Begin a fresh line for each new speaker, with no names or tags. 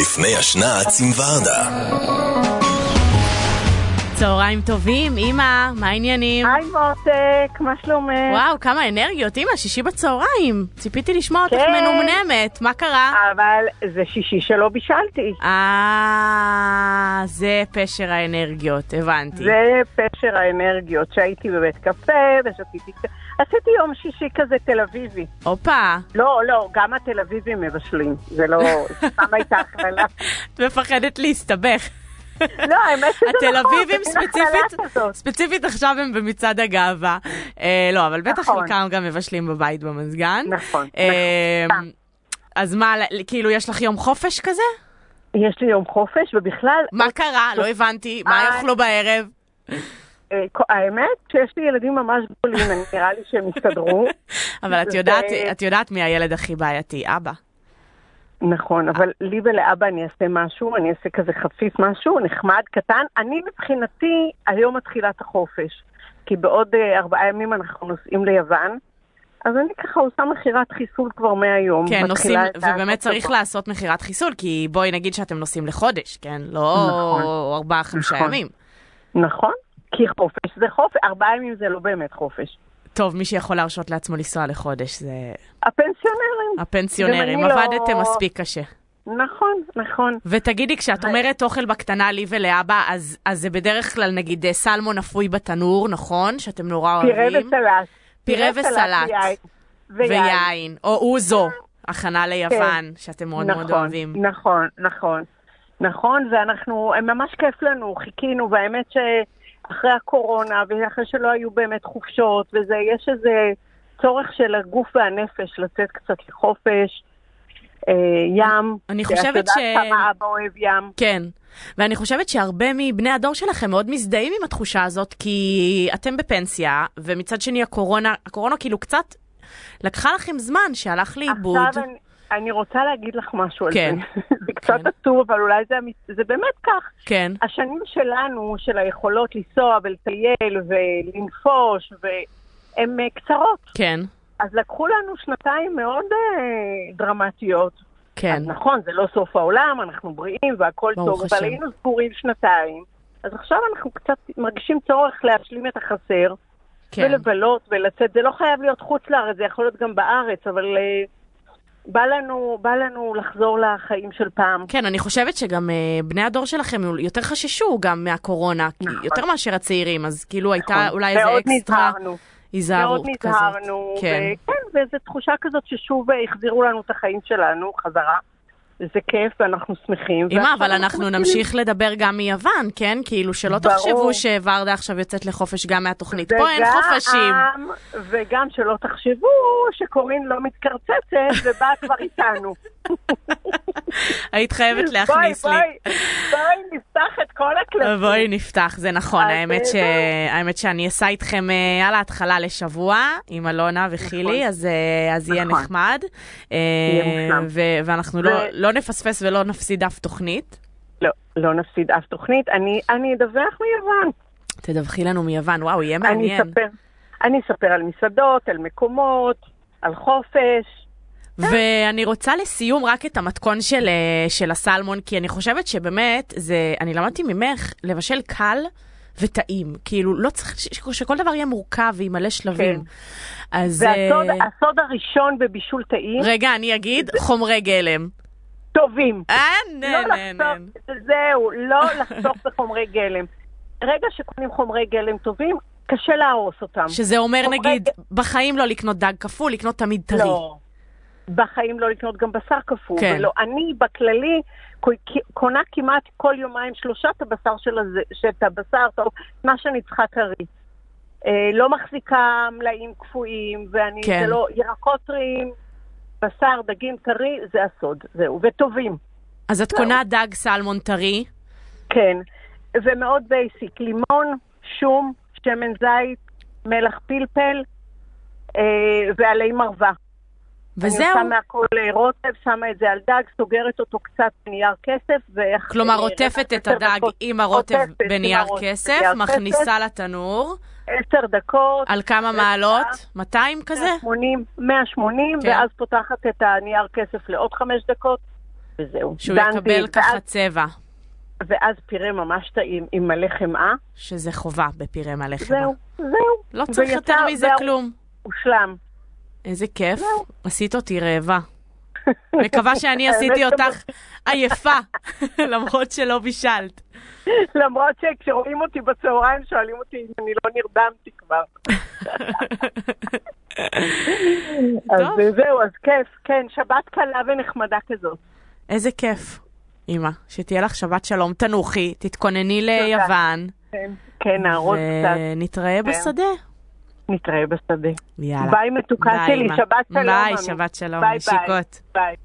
לפני השנץ עם ורדה.
צהריים טובים, אמא, מה העניינים?
היי מותק, מה שלומך?
וואו, כמה אנרגיות, אמא, שישי בצהריים. ציפיתי לשמוע אותך
כן.
מנומנמת, מה קרה?
אבל זה שישי שלא בישלתי.
אה, זה פשר האנרגיות, הבנתי.
זה פשר האנרגיות שהייתי בבית קפה ושתיתי... עשיתי יום שישי כזה תל אביבי.
הופה,
לא, לא, גם התל אביבים מבשלים. זה לא... סתם הייתה הכללה.
את מפחדת להסתבך.
לא, האמת שזה נכון.
התל אביבים
זה מין הכללה
ספציפית,
כזאת.
ספציפית עכשיו הם במצעד הגאווה. אה, לא, אבל בטח
נכון.
חלקם גם מבשלים בבית במזגן.
נכון,
אה,
נכון.
אז מה, כאילו, יש לך יום חופש כזה?
יש לי יום חופש, ובכלל,
מה קרה? לא הבנתי. מה
אה.
יאכלו בערב?
אה, כ- האמת שיש לי ילדים ממש גדולים, אני- נראה לי שהם יסתדרו.
אבל את יודעת,
זה-
את יודעת מי הילד הכי בעייתי, אבא.
נכון, אבל לי ולאבא אני אעשה משהו, אני אעשה כזה חפיף משהו, נחמד, קטן. אני מבחינתי, היום מתחילה את החופש. כי בעוד אה, ארבעה ימים אנחנו נוסעים ליוון, אז אני ככה עושה מכירת חיסול כבר מהיום.
כן,
מתחילה
נוסעים,
את
ובאמת
ההפצה.
צריך לעשות מכירת חיסול, כי בואי נגיד שאתם נוסעים לחודש, כן? לא
נכון.
ארבעה, חמישה
נכון.
ימים.
נכון, כי חופש זה חופש, ארבעה ימים זה לא באמת חופש.
טוב, מי שיכול להרשות לעצמו לנסוע לחודש זה
הפנסיונרים,
הפנסיונרים.
גם אני לא-
עבדתם מספיק קשה.
נכון, נכון.
ותגידי, כשאת אומרת אוכל בקטנה לי ולאבא, אז אז זה בדרך כלל נגיד אה, סלמון אפוי בתנור, נכון? שאתם נורא
פירה
אוהבים.
וסלט.
פירה וסלט.
ויין. ויין.
ויין. או אוזו, הכנה ליוון, שאתם מאוד מאוד
נכון,
אוהבים.
נכון, נכון. נכון, ואנחנו, ממש כיף לנו, חיכינו, והאמת שאחרי הקורונה, ואחרי שלא היו באמת חופשות, וזה, יש איזה צורך של הגוף והנפש לצאת קצת לחופש, אה, ים.
אני
שאת
חושבת
כן, יודעת
ש-
כמה אבא אוהב ים.
כן. ואני חושבת שהרבה מבני הדור שלכם מאוד מזדהים עם התחושה הזאת, כי אתם בפנסיה, ומצד שני הקורונה, הקורונה כאילו קצת לקחה לכם זמן שהלך לאיבוד.
עכשיו אני, אני רוצה להגיד לך משהו על
כן.
זה. זה קצת
כן.
עצוב, אבל אולי זה, אמיתי- זה באמת כך.
כן.
השנים שלנו, של היכולות לנסוע ולטייל ולנפוש, והן אה, קצרות.
כן,
אז לקחו לנו שנתיים מאוד אה, דרמטיות.
כן.
אז נכון, זה לא סוף העולם, אנחנו בריאים והכל
ברוך
טוב,
השם.
אבל היינו סגורים שנתיים. אז עכשיו אנחנו קצת מרגישים צורך להשלים את החסר,
כן.
ולבלות ולצאת. זה לא חייב להיות חוץ לארץ, זה יכול להיות גם בארץ, אבל אה, בא, לנו, בא לנו לחזור לחיים של פעם.
כן, אני חושבת שגם אה, בני הדור שלכם יותר חששו גם מהקורונה, כי-
נכון.
יותר מאשר הצעירים, אז כאילו הייתה
נכון.
אולי איזה אקסטרה
מאוד נזהרנו, מאוד
היזהרות כזאת.
נזהרנו,
כן.
וכן, ואיזו תחושה כזאת ששוב אה, החזירו לנו את החיים שלנו חזרה. זה כיף ואנחנו לא שמחים.
אמא,
ועכשיו
אבל אנחנו
מתחילים
נמשיך לדבר גם מיוון, כן? כאילו, שלא
ברור.
תחשבו שוורדה עכשיו יוצאת לחופש גם מהתוכנית. פה אין
וגם-
חופשים.
וגם שלא תחשבו שקורין לא מתקרצצת ובאה כבר איתנו.
היית חייבת להכניס לי. אה,
בואי, בואי, בואי נפתח את כל הקלפים.
בואי נפתח, זה נכון,
אז,
האמת,
אה,
ש... האמת שאני אסע איתכם אה, על ההתחלה לשבוע עם אלונה וחילי,
נכון.
אז, אה, אז יהיה
נכון.
נחמד. אה,
יהיה מושלם.
ו- ואנחנו לא,
ו-
לא נפספס ולא נפסיד אף תוכנית.
לא, לא נפסיד אף תוכנית. אני, אני אדווח מיוון.
תדווחי לנו מיוון, וואו, יהיה
אני
מעניין.
אספר, אני אספר על מסעדות, על מקומות, על חופש.
ואני רוצה לסיום רק את המתכון של, אה, של הסלמון, כי אני חושבת שבאמת, זה, אני למדתי ממך לבשל קל וטעים. כאילו, לא צריך ש- ש- שכל דבר יהיה מורכב ועם מלא
כן.
שלבים. אז...
והסוד
אה,
הסוד הראשון בבישול טעים,
רגע, אני אגיד חומרי גלם.
טובים.
אה,
לא
נן, נן, נן.
לחסוך, זהו, לא לחסוך בחומרי גלם. רגע שקונים חומרי גלם טובים, קשה להרוס אותם.
שזה אומר,
חומרי
נגיד,
גלם.
בחיים לא לקנות דג קפוא, לקנות תמיד טרי.
לא. בחיים לא לקנות גם בשר קפוא.
כן.
ולא, אני בכללי ק- קונה כמעט כל יומיים שלושה את הבשר של הזה, שאת הבשר, את ה- מה שאני צריכה טרי. אה, לא מחזיקה מלאים קפואים, ואני,
כן.
זה לא, ירקות טריים, בשר, דגים טרי, זה הסוד, זהו, וטובים.
אז
לא.
את קונה דג סלמון טרי,
כן, ומאוד בייסיק, לימון, שום, שמן זית, מלח פלפל אה, ועלי מרווה.
וזהו.
אני שמה הכל אה, רוטב, שמה את זה על דג, סוגרת אותו קצת בנייר כסף. ואח-
כלומר,
אה,
עוטפת את
עשר
הדג
דקות.
עם הרוטב
עוטפת עם
בנייר
הרוטב
כסף,
בנייר
מכניסה לתנור,
עשר דקות,
על כמה מעלות? 200 כזה?
180, 180,
כן.
ואז פותחת את הנייר כסף לעוד חמש דקות. וזהו.
שהוא
דנתי,
יקבל ככה
ואז,
צבע,
ואז פירה ממש טעים עם מלא חמאה,
שזה חובה בפירה מלא חמאה.
זהו, זהו,
לא צריך
ויצא-
יותר מזה
והוא-
כלום.
הושלם.
איזה כיף, עשית אותי רעבה. מקווה שאני עשיתי
האמת,
אותך עייפה, למרות שלא בישלת.
למרות שכשרואים אותי בצהריים שואלים אותי אם אני לא נרדמתי כבר.
טוב.
אז זהו, אז כיף, כן, שבת קלה ונחמדה כזאת.
איזה כיף, אמא, שתהיה לך שבת שלום, תנוחי, תתכונני ליוון,
כן, כן, נערות קצת,
ונתראה בשדה.
נתראה בשדה.
יאללה.
כן. ביי מתוקה
ביי,
שלי,
אמא.
שבת שלום.
ביי,
אמי.
שבת שלום,
ביי, ביי.
נשיקות.
ביי.